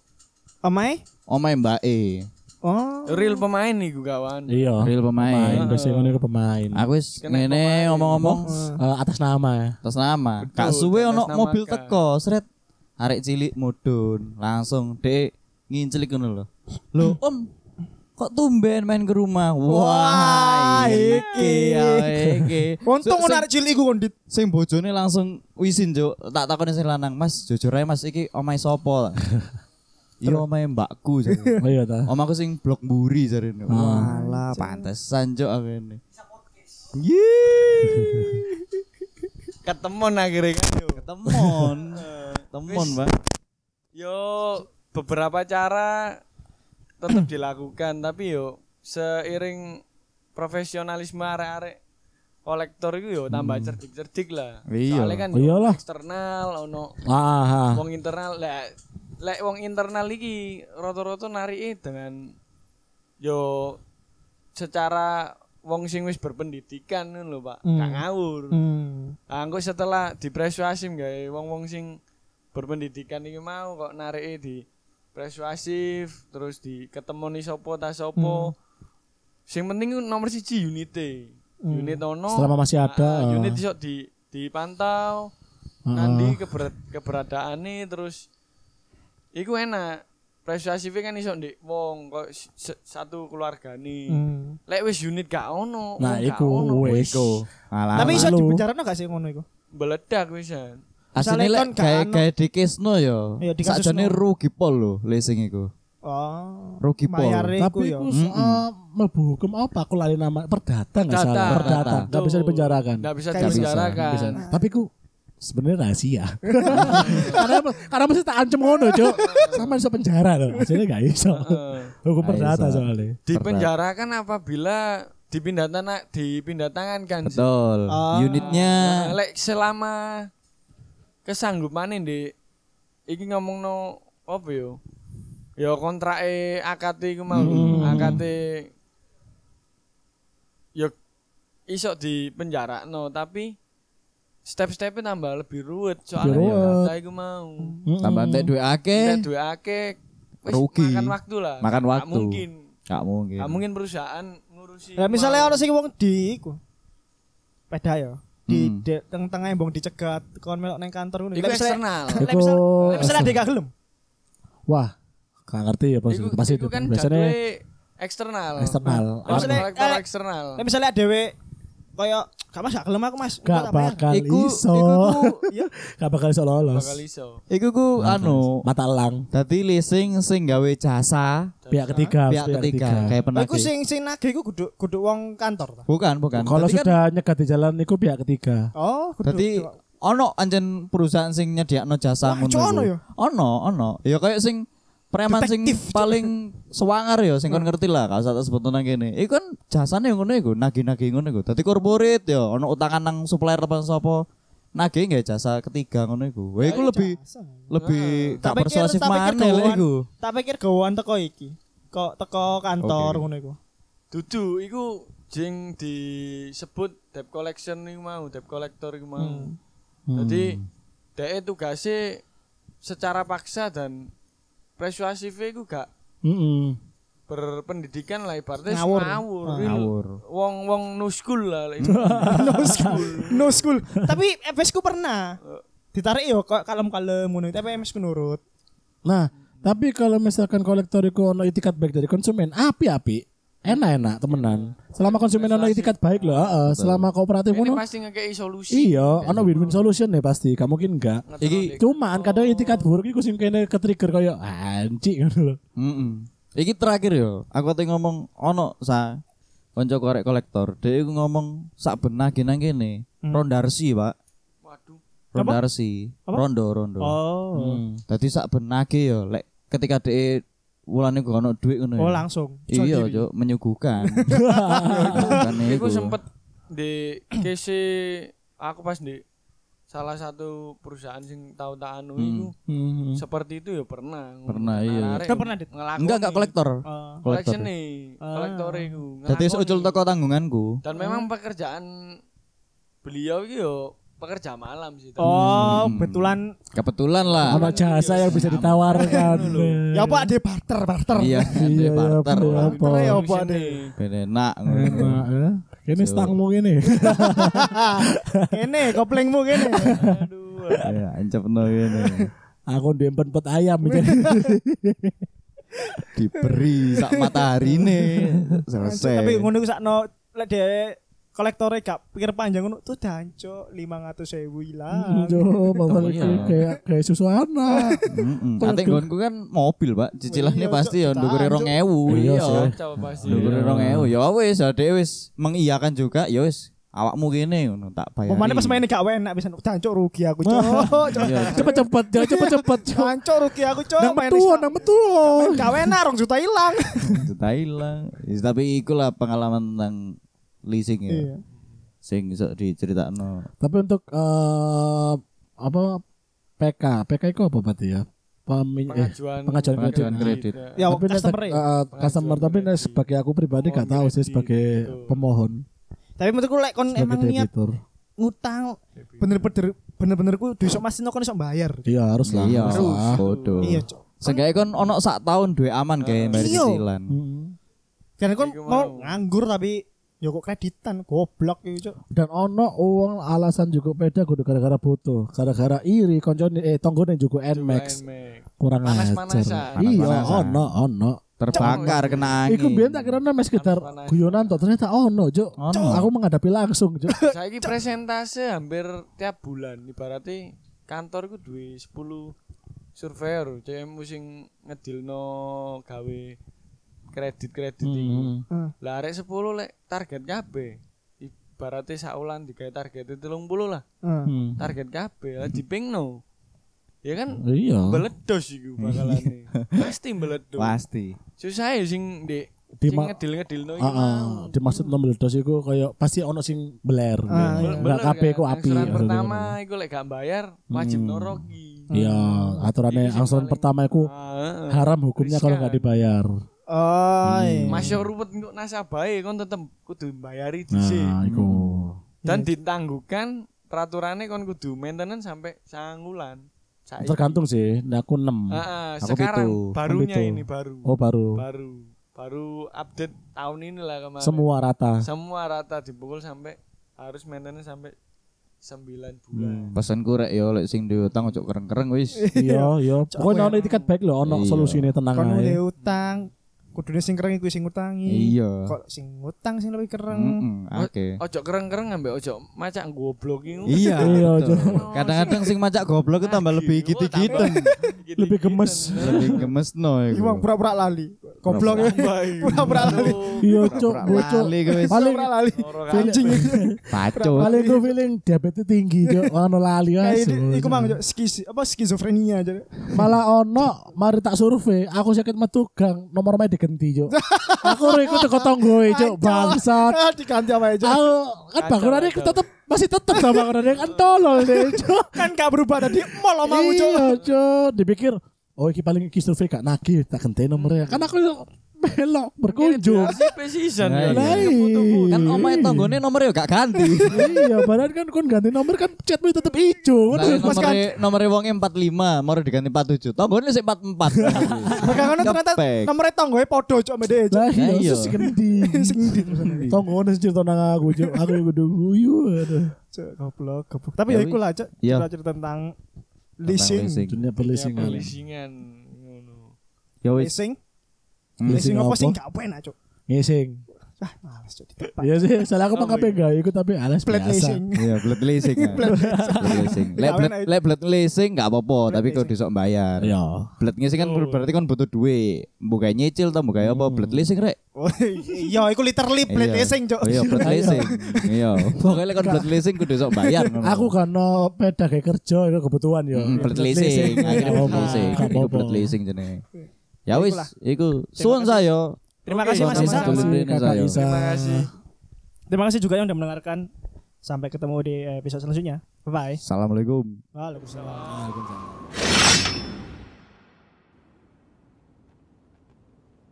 [SPEAKER 2] Omai?
[SPEAKER 1] Omahe mbake.
[SPEAKER 2] Oh.
[SPEAKER 4] Real pemain nih gue kawan.
[SPEAKER 3] Iya.
[SPEAKER 1] Real
[SPEAKER 3] Pemain,
[SPEAKER 1] pemain.
[SPEAKER 3] biasanya ngono iku pemain.
[SPEAKER 1] Aku wis
[SPEAKER 4] Kena
[SPEAKER 1] ngene
[SPEAKER 4] pemain.
[SPEAKER 1] ngomong-ngomong
[SPEAKER 3] Eh, atas nama.
[SPEAKER 1] atas nama.
[SPEAKER 4] Betul,
[SPEAKER 1] Kak suwe ono
[SPEAKER 4] atas
[SPEAKER 1] mobil
[SPEAKER 4] namakan.
[SPEAKER 1] teko, sret. Arek cilik mudun, langsung dek ngincelik ngono lho. Lho, Om, kok tumben main ke rumah? Wah, iki ya iki.
[SPEAKER 2] Untung
[SPEAKER 1] Sing-
[SPEAKER 2] ono arek cilik iku kondit.
[SPEAKER 1] sing bojone langsung wisin juk tak takoni sing lanang mas jujur ae mas iki omahe sapa iya omahe mbakku jare
[SPEAKER 3] [LAUGHS] Oh iya ta.
[SPEAKER 1] omaku sing blok mburi jare walah pantesan juk aku ini Yeay.
[SPEAKER 4] Ketemon akhirnya kan yo.
[SPEAKER 1] temon temon bang
[SPEAKER 4] Yo beberapa cara tetap dilakukan tapi yo seiring profesionalisme arek-arek kolektor itu yo tambah cerdik-cerdik lah.
[SPEAKER 1] Iya.
[SPEAKER 4] Soalnya kan
[SPEAKER 3] Oh iyalah.
[SPEAKER 4] eksternal ono
[SPEAKER 3] Ah, ah.
[SPEAKER 4] wong internal lah lek wong internal iki rata-rata narike dengan yo secara wong sing wis berpendidikan ngono lho Pak gak ngawur
[SPEAKER 2] Hmm.
[SPEAKER 4] anggo setelah dipersuasi gawe wong-wong sing berpendidikan iki mau kok narike di persuasif terus di ketemoni sapa ta
[SPEAKER 3] Hmm.
[SPEAKER 4] sapa sing penting nomor siji unite unit ono
[SPEAKER 3] Selama Hmm. masih ada.
[SPEAKER 4] Ah,
[SPEAKER 3] eh. Ah.
[SPEAKER 4] unit iso di dipantau nanti keberat keberadaane terus iku enak prestasi kan iso ndek wong kok s- satu keluarga nih
[SPEAKER 2] Hmm.
[SPEAKER 4] lek wis unit gak ono
[SPEAKER 3] Nah,
[SPEAKER 4] wong gak
[SPEAKER 3] iku
[SPEAKER 4] ono,
[SPEAKER 3] Oh, wis.
[SPEAKER 1] malah
[SPEAKER 2] Tapi
[SPEAKER 1] tapi
[SPEAKER 2] iso
[SPEAKER 3] Lalu.
[SPEAKER 2] dibejarno gak sih ngono iku?
[SPEAKER 4] meledak wisan
[SPEAKER 1] asline
[SPEAKER 2] misalnya
[SPEAKER 1] lek
[SPEAKER 2] kon gak
[SPEAKER 1] gawe
[SPEAKER 2] anu-
[SPEAKER 1] gawe dikisno yo
[SPEAKER 2] Iya, dikasusno.
[SPEAKER 1] sakjane rugi pol lho lesing iku
[SPEAKER 2] Oh.
[SPEAKER 1] Rugi pol.
[SPEAKER 2] Bayare iku
[SPEAKER 3] Tapi
[SPEAKER 2] ya.
[SPEAKER 3] iku soal mlebu hukum apa aku lali nama perdata
[SPEAKER 4] Perdata.
[SPEAKER 3] enggak salah. Perdata.
[SPEAKER 1] Perdata.
[SPEAKER 3] Enggak bisa dipenjarakan.
[SPEAKER 4] ndak bisa
[SPEAKER 2] Kayak bisa,
[SPEAKER 3] Bisa.
[SPEAKER 4] dipenjarakan
[SPEAKER 3] Tapi ku sebenarnya rahasia. karena karena mesti tak ancam ngono, Cuk. Sama bisa penjara loh. Hasilnya enggak iso.
[SPEAKER 4] Heeh.
[SPEAKER 3] Hukum perdata
[SPEAKER 1] iso.
[SPEAKER 3] soalnya.
[SPEAKER 4] dipenjarakan kan apabila dipindah tangan dipindah tangan kan Nah,
[SPEAKER 1] betul
[SPEAKER 2] Ah.
[SPEAKER 1] unitnya
[SPEAKER 4] lek selama kesanggupane Dik. Iki ngomongno apa yo? Ya kontrake AKT iku mau.
[SPEAKER 3] Hmm.
[SPEAKER 4] AKT ya iso dipenjarakno tapi step-stepnya tambah lebih ruwet soalnya
[SPEAKER 3] Lebih
[SPEAKER 4] ya
[SPEAKER 3] ruwet.
[SPEAKER 4] kata iku mau.
[SPEAKER 1] tambah entek duwe akeh
[SPEAKER 4] Nek duwe akeh wis
[SPEAKER 1] Eh. Rugi.
[SPEAKER 4] makan waktu lah.
[SPEAKER 1] Makan
[SPEAKER 4] Gak
[SPEAKER 1] waktu. Iya.
[SPEAKER 4] mungkin.
[SPEAKER 1] gak mungkin
[SPEAKER 4] Gak mungkin perusahaan ngurusi.
[SPEAKER 2] Ya misalnya ono
[SPEAKER 4] mau.
[SPEAKER 2] sing wong di iku. Peda ya. Di
[SPEAKER 1] Hmm.
[SPEAKER 2] de- teng tengah yang bong dicegat kon melok neng kantor ngono.
[SPEAKER 4] iku
[SPEAKER 2] Lah,
[SPEAKER 1] [LAUGHS]
[SPEAKER 2] misalnya-
[SPEAKER 4] eksternal.
[SPEAKER 2] lah, misalnya-
[SPEAKER 3] Iku-
[SPEAKER 2] lah, Misalnya dia gak gelem.
[SPEAKER 3] Wah, gak ngerti ya pas
[SPEAKER 4] Iku-
[SPEAKER 3] pas itu.
[SPEAKER 4] iku kan
[SPEAKER 3] Biasanya
[SPEAKER 4] jadwalnya eksternal.
[SPEAKER 3] eksternal.
[SPEAKER 4] Kalau
[SPEAKER 2] Maksudnya,
[SPEAKER 4] kolektor
[SPEAKER 2] eh,
[SPEAKER 4] eksternal.
[SPEAKER 2] Lah misalnya dhewe koyo gak mas gak gelem aku Mas.
[SPEAKER 3] Gak
[SPEAKER 2] Enggak, apa ya.
[SPEAKER 3] bakal
[SPEAKER 1] Iku-
[SPEAKER 3] iso.
[SPEAKER 1] iku ku-
[SPEAKER 3] Gak bakal iso lolos.
[SPEAKER 4] Bakal iso.
[SPEAKER 1] Iku ku anu
[SPEAKER 3] Mata elang.
[SPEAKER 1] dadi leasing sing gawe jasa
[SPEAKER 3] Pihak ketiga. harus
[SPEAKER 1] pihak ketiga kayak
[SPEAKER 2] Lah,
[SPEAKER 1] penagih.
[SPEAKER 2] Iku sing sing nage iku kudu kudu wong kantor ta.
[SPEAKER 1] Bukan, bukan.
[SPEAKER 3] Kalau
[SPEAKER 1] Dadi kan-
[SPEAKER 3] sudah nyegat di jalan itu pihak ketiga.
[SPEAKER 2] Oh, kudu.
[SPEAKER 1] dadi ono anjen perusahaan sing nyediakno jasa
[SPEAKER 2] Wah,
[SPEAKER 1] ngono.
[SPEAKER 2] cuk, ono
[SPEAKER 1] iku.
[SPEAKER 2] ya?
[SPEAKER 1] Ono, ono. Ya kayak sing preman sing
[SPEAKER 2] Detektif, cuk.
[SPEAKER 1] paling sewangar ya sing kon ngerti lah kalau tak sebut nang kene. Iku kan jasane yang ngono iku, nagih-nagih ngono iku. Dadi korporat ya ono utangan nang supplier apa sapa. Nagih nggak jasa ketiga ngono iku. Wah, iku lebih lebih gak
[SPEAKER 2] Tak pikir-
[SPEAKER 1] persuasif
[SPEAKER 2] tak pikir
[SPEAKER 1] maneh lek
[SPEAKER 2] gawean.
[SPEAKER 1] iku.
[SPEAKER 2] Tak pikir gawean teko iki. Kok teko kantor
[SPEAKER 1] Oke.
[SPEAKER 2] ngono iku.
[SPEAKER 4] Dudu iku jing disebut debt collection iku mau, debt collector iku mau.
[SPEAKER 2] Hmm.
[SPEAKER 4] Jadi
[SPEAKER 1] Hmm.
[SPEAKER 4] dhek tugasnya secara paksa dan persuasif iku gak
[SPEAKER 3] Mm-mm.
[SPEAKER 4] berpendidikan lah ibaratnya
[SPEAKER 2] Ngawur.
[SPEAKER 4] ngawur, ngawur. real.
[SPEAKER 1] Ah. Hmm. Ngawur.
[SPEAKER 4] Wong-wong no school lah.
[SPEAKER 1] [LAUGHS]
[SPEAKER 4] lek.
[SPEAKER 2] no school no school tapi FS ku pernah ditarik yo kok kalem-kalem ngono tapi MS ku nurut
[SPEAKER 3] Nah, tapi kalau misalkan kolektor itu ono itikat baik dari konsumen, api-api, enak-enak temenan. Selama konsumen ono itikat baik loh, heeh. selama kooperatif
[SPEAKER 4] Ini
[SPEAKER 3] ono,
[SPEAKER 4] pasti ngekei solusi.
[SPEAKER 3] iya, ono win-win solution ya pasti. Kamu mungkin enggak.
[SPEAKER 1] Iki
[SPEAKER 3] Cuman kadang itikat buruk itu sing kene ke-trigger kaya anjing ngono loh.
[SPEAKER 1] Mm Iki terakhir yo, aku tadi ngomong ono sa konco korek kolektor. Dia iku ngomong sak benah gini gini. Rondarsi pak,
[SPEAKER 4] Waduh.
[SPEAKER 1] rondarsi, rondo rondo.
[SPEAKER 2] oh
[SPEAKER 1] Hmm. Tadi sak benah ge yo, lek ketika dia wulannya gak ono duit ngono.
[SPEAKER 2] oh
[SPEAKER 1] ya.
[SPEAKER 2] langsung
[SPEAKER 1] Iya cok, menyuguhkan. Menyuguhkan iku.
[SPEAKER 4] Iku sempet di kese aku pas di salah satu perusahaan sing tau tak anu
[SPEAKER 1] Hmm.
[SPEAKER 4] iku
[SPEAKER 3] Hmm.
[SPEAKER 4] seperti itu ya pernah.
[SPEAKER 1] Pernah, iya.
[SPEAKER 4] Arek-arek
[SPEAKER 2] Udah pernah, Dit?
[SPEAKER 4] ngelakoni.
[SPEAKER 1] Enggak enggak kolektor.
[SPEAKER 2] Eh,
[SPEAKER 1] Kolektor. Ah.
[SPEAKER 4] Collection nih, kolektor iku.
[SPEAKER 1] Dadi
[SPEAKER 4] ngelakoni.
[SPEAKER 1] ucul toko tanggunganku.
[SPEAKER 4] Dan memang pekerjaan beliau iki yo pekerja malam sih. tapi-
[SPEAKER 2] oh, betulan
[SPEAKER 1] Kebetulan lah.
[SPEAKER 3] Apa jasa yang bisa ditawarkan?
[SPEAKER 2] ya apa ada barter
[SPEAKER 1] [LAUGHS]
[SPEAKER 2] barter.
[SPEAKER 1] Iya,
[SPEAKER 3] Iya,
[SPEAKER 1] iya,
[SPEAKER 3] iya,
[SPEAKER 1] barter.
[SPEAKER 3] bener. apa?
[SPEAKER 1] oh,
[SPEAKER 2] Barter ya apa
[SPEAKER 4] Sini.
[SPEAKER 2] ada?
[SPEAKER 1] Benenak.
[SPEAKER 3] Enak ya. Ini stangmu ini.
[SPEAKER 2] Kene koplingmu kene.
[SPEAKER 4] Aduh.
[SPEAKER 1] Ya, ancepno ngene.
[SPEAKER 3] [LAUGHS] Aku ndempen pet ayam iki.
[SPEAKER 1] Diberi sak matahari ini. Selesai.
[SPEAKER 2] Tapi ngono iku sakno lek de kolektore gak pikir panjang ngono tuh danco 500.000 hilang.
[SPEAKER 3] Jo, bapak
[SPEAKER 1] Iya.
[SPEAKER 3] iki kayak kayak susu anak.
[SPEAKER 1] Heeh. Ate nggonku kan mobil, Pak. Cicilannya
[SPEAKER 2] Iya,
[SPEAKER 1] pasti ya
[SPEAKER 2] Cuk,
[SPEAKER 1] ndukure
[SPEAKER 2] jutaan, Cuk.
[SPEAKER 1] 2000.
[SPEAKER 3] Iya, sih. Iya.
[SPEAKER 4] Coba pasti.
[SPEAKER 1] Ndukure 2000. Ya wis, ade wis mengiyakan juga. Ya wis, awakmu kene ngono tak bayar.
[SPEAKER 2] Pemane pas mainnya gak enak bisa danco rugi aku
[SPEAKER 3] [LAUGHS]
[SPEAKER 2] cok.
[SPEAKER 3] Cepet cepet, jangan cepet cepet. [LAUGHS]
[SPEAKER 2] Danco rugi aku cok.
[SPEAKER 3] Nang
[SPEAKER 2] main
[SPEAKER 3] metu,
[SPEAKER 2] wis-
[SPEAKER 3] nang metu.
[SPEAKER 2] main Gak enak rong juta hilang.
[SPEAKER 1] juta hilang. Ya, tapi ikulah pengalaman tentang leasing ya.
[SPEAKER 2] Iya.
[SPEAKER 1] Sing iso diceritakno.
[SPEAKER 3] Tapi untuk eh, apa PK, PK itu apa berarti ya? Pemin, eh,
[SPEAKER 4] Pengajuan
[SPEAKER 3] pengajuan kredit.
[SPEAKER 1] Pengajuan kredit.
[SPEAKER 2] Ya
[SPEAKER 4] Ya.
[SPEAKER 3] nek-
[SPEAKER 2] customer ya.
[SPEAKER 3] eh, customer tapi
[SPEAKER 4] kredit.
[SPEAKER 3] nek sebagai aku pribadi gak
[SPEAKER 4] Pemohon
[SPEAKER 3] tahu sih
[SPEAKER 4] kredit,
[SPEAKER 3] sebagai
[SPEAKER 4] gitu.
[SPEAKER 3] pemohon,
[SPEAKER 2] Tapi menurutku lek kon
[SPEAKER 3] sebagai
[SPEAKER 2] emang niat
[SPEAKER 3] debitur.
[SPEAKER 2] ngutang bener-bener bener-bener ku besok masih kon iso bayar.
[SPEAKER 3] Iya harus lah.
[SPEAKER 1] Iya,
[SPEAKER 3] harus lah.
[SPEAKER 1] bodoh.
[SPEAKER 2] Iya cok.
[SPEAKER 1] Seenggaknya kon ono sak tahun duwe aman kayak bayar
[SPEAKER 2] Iya.
[SPEAKER 1] cicilan.
[SPEAKER 3] Mm.
[SPEAKER 2] Karena kon
[SPEAKER 4] Iku
[SPEAKER 2] kan mau
[SPEAKER 4] mau.
[SPEAKER 2] nganggur tapi yo kok kreditan goblok iki cok.
[SPEAKER 3] Dan ono uang alasan juga beda kudu gara-gara butuh, gara-gara iri koncone eh tonggone juga Nmax kurang ajar.
[SPEAKER 4] Panas-panasan.
[SPEAKER 3] Iya,
[SPEAKER 1] Panas-panasan.
[SPEAKER 3] ono ono.
[SPEAKER 1] Terbakar kena angin.
[SPEAKER 3] Iku biyen tak kira nek sekitar
[SPEAKER 4] Panas-panasan.
[SPEAKER 3] guyonan toh ternyata ono, Juk.
[SPEAKER 1] Ono.
[SPEAKER 3] Aku menghadapi langsung, Juk.
[SPEAKER 4] Saya ini presentase hampir tiap bulan. Ibaratnya kantor ku duwe 10 surveyor. CM sing ngedilno gawe kredit-kredit ini.
[SPEAKER 2] Hmm,
[SPEAKER 4] Lah arek 10 lek target kabeh. Ibaratnya saulan digawe target 30 lah.
[SPEAKER 2] Heeh.
[SPEAKER 3] Hmm.
[SPEAKER 4] Target kabeh lah dipingno. Ya kan
[SPEAKER 3] Iya.
[SPEAKER 4] meledos iku bakalane. Pasti meledos.
[SPEAKER 1] Pasti.
[SPEAKER 4] Susah ya sing ndek
[SPEAKER 3] Di
[SPEAKER 4] sing
[SPEAKER 3] ma-
[SPEAKER 4] ngedil-ngedilno iki
[SPEAKER 3] Heeh,
[SPEAKER 4] mau.
[SPEAKER 3] Ah, dimaksud nom meledos iku kayak pasti ono sing bler.
[SPEAKER 2] iya.
[SPEAKER 3] Enggak
[SPEAKER 4] Bener
[SPEAKER 3] kabeh
[SPEAKER 4] kan?
[SPEAKER 3] ku api. Iya,
[SPEAKER 4] Angsuran
[SPEAKER 3] maksudnya.
[SPEAKER 4] pertama iku lek gak bayar wajib norogi.
[SPEAKER 3] Iya,
[SPEAKER 4] Iki
[SPEAKER 3] aturane
[SPEAKER 4] Hmm. sing
[SPEAKER 3] angsuran
[SPEAKER 4] paling- Ah,
[SPEAKER 3] pertama iku
[SPEAKER 4] Heeh.
[SPEAKER 3] haram hukumnya kalau nggak dibayar.
[SPEAKER 2] Oh, iya.
[SPEAKER 4] Masya ruwet kok nasabah e kon tetep kudu bayari dhisik.
[SPEAKER 3] Nah, iku.
[SPEAKER 2] Iya.
[SPEAKER 4] Dan ditangguhkan peraturannya kon kudu maintenance sampai sangulan. Saiki.
[SPEAKER 3] Tergantung sih, nah, aku 6.
[SPEAKER 4] Heeh,
[SPEAKER 1] Aku
[SPEAKER 4] sekarang
[SPEAKER 1] pitu.
[SPEAKER 4] barunya
[SPEAKER 3] Aku pitu.
[SPEAKER 4] ini baru.
[SPEAKER 3] Oh, baru.
[SPEAKER 4] Ah. Baru baru update tahun inilah kemarin.
[SPEAKER 3] Semua rata.
[SPEAKER 4] Semua rata dipukul sampai harus maintenance sampai 9 bulan.
[SPEAKER 3] Hmm.
[SPEAKER 1] Pesanku rek yo lek sing duwe utang ojo kereng-kereng wis.
[SPEAKER 3] [LAUGHS] Iya, iya.
[SPEAKER 2] ya.
[SPEAKER 3] Pokoknya ono tiket baik lho, ono
[SPEAKER 1] Iya.
[SPEAKER 3] solusine tenang
[SPEAKER 2] kon
[SPEAKER 3] ae.
[SPEAKER 2] mulai utang kudune sing kering iku sing ngutangi.
[SPEAKER 1] Iya. Hmm,
[SPEAKER 2] Kok sing ngutang sing lebih keren.
[SPEAKER 1] Mm-mm, Oke.
[SPEAKER 4] Ojo kereng-kereng ambek ojo macak goblok iku. [LAUGHS]
[SPEAKER 1] Iya.
[SPEAKER 3] Iya,
[SPEAKER 1] betul.
[SPEAKER 3] Cuk.
[SPEAKER 1] Kadang-kadang sing macak goblok itu tambah lebih gitu-gitu.
[SPEAKER 3] Lebih gemes.
[SPEAKER 1] Lebih gemes no
[SPEAKER 2] Iki
[SPEAKER 1] iku.
[SPEAKER 2] wong pura-pura lali. Goblok ya. Pura-pura lali.
[SPEAKER 3] Iya, cok, bocok.
[SPEAKER 1] Lali kowe.
[SPEAKER 3] Paling
[SPEAKER 2] Pura-pura lali.
[SPEAKER 4] Anjing.
[SPEAKER 1] Pacut.
[SPEAKER 3] paling gue feeling diabetes tinggi, cok. Ono lali
[SPEAKER 2] [LAUGHS] Kayak
[SPEAKER 3] asu.
[SPEAKER 2] di- iku mang Cuk, skis apa skizofrenia aja.
[SPEAKER 3] Malah ono mari tak survei, aku sakit metu gang, nomor mae digenti, cok. Aku ora ikut teko tonggoe, cok, bangsat.
[SPEAKER 2] Ah, diganti apa aja.
[SPEAKER 3] Aku kan bangunannya
[SPEAKER 4] kacau.
[SPEAKER 3] tetep masih tetep sama bangunannya kan tolol deh, cok.
[SPEAKER 2] Kan gak berubah tadi mall mau cok.
[SPEAKER 3] Iya, cok. Dipikir, oh iki paling iki survei gak nagih, tak genti nomornya. Kan aku belok berkunjung.
[SPEAKER 4] Spesisan
[SPEAKER 1] Nah,
[SPEAKER 4] ya.
[SPEAKER 1] iya.
[SPEAKER 4] Ini foto-foto.
[SPEAKER 1] Kan omahe tanggone nomornya gak ganti.
[SPEAKER 3] iya, padahal kan kon ganti nomor kan chatmu tetep ijo.
[SPEAKER 1] Nah,
[SPEAKER 3] Mas kan
[SPEAKER 1] nomornya nomornya wong 45, mau diganti 47. Tanggone sik 44.
[SPEAKER 2] Maka kan ngono ternyata
[SPEAKER 1] Ngepek.
[SPEAKER 2] nomornya tonggoe podo cok mbede cok.
[SPEAKER 3] Lah
[SPEAKER 1] Lah
[SPEAKER 3] iya
[SPEAKER 1] iya.
[SPEAKER 3] sus gendi. Tonggone sing cerita nang aku Cuk. aku yang kudu guyu aduh.
[SPEAKER 2] Cok, Goblok, goblok. Tapi ya
[SPEAKER 1] Ya,
[SPEAKER 2] iku lah cok.
[SPEAKER 1] iya.
[SPEAKER 2] Cerita-cerita tentang leasing.
[SPEAKER 1] Leasing.
[SPEAKER 3] Dunia
[SPEAKER 4] Ya,
[SPEAKER 3] perlisingan.
[SPEAKER 4] Perlisingan. Ngono.
[SPEAKER 1] Ya wis.
[SPEAKER 2] Leasing.
[SPEAKER 1] Hmm.
[SPEAKER 2] Leasing apa
[SPEAKER 3] Leasing
[SPEAKER 2] sing
[SPEAKER 3] apa?
[SPEAKER 2] gak enak cok.
[SPEAKER 3] Ngising.
[SPEAKER 2] Ah, males cok ditepak.
[SPEAKER 3] Iya sih, salah aku mangkape gak ikut tapi alas
[SPEAKER 2] Plat
[SPEAKER 3] biasa.
[SPEAKER 2] leasing. [LAUGHS]
[SPEAKER 1] Iya, blood leasing. ya. Blood leasing. Lek
[SPEAKER 2] Gak
[SPEAKER 1] blood-
[SPEAKER 2] enak.
[SPEAKER 1] lek blood leasing enggak apa-apa, tapi kok
[SPEAKER 2] leasing.
[SPEAKER 1] disok bayar.
[SPEAKER 3] Iya.
[SPEAKER 1] Blood leasing kan ber- berarti kan butuh duit. Mbok kayak nyicil ta mbok kayak apa blood leasing rek.
[SPEAKER 2] Oh, iya, iku literally plate
[SPEAKER 1] Iya.
[SPEAKER 2] leasing cok.
[SPEAKER 1] Oh, Iya, blood leasing. Iya. Pokoke lek kon blood leasing kudu sok [LAUGHS] bayar. ngono.
[SPEAKER 3] Aku kan no peda kayak kerja itu kebutuhan ya.
[SPEAKER 1] Mm, blood leasing, akhirnya blood leasing. Iku blood leasing jenenge. Ya wis, iku suwun saya.
[SPEAKER 2] Terima
[SPEAKER 4] Oke,
[SPEAKER 2] kasih Mas
[SPEAKER 4] sama-sama.
[SPEAKER 2] Isa.
[SPEAKER 1] Terima kasih,
[SPEAKER 3] Kakak
[SPEAKER 1] saya.
[SPEAKER 3] Isa.
[SPEAKER 4] Terima kasih.
[SPEAKER 2] Terima kasih juga yang udah mendengarkan
[SPEAKER 1] Sampai ketemu di episode selanjutnya. Bye bye.
[SPEAKER 2] Assalamualaikum.
[SPEAKER 1] Waalaikumsalam.
[SPEAKER 5] Waalaikumsalam.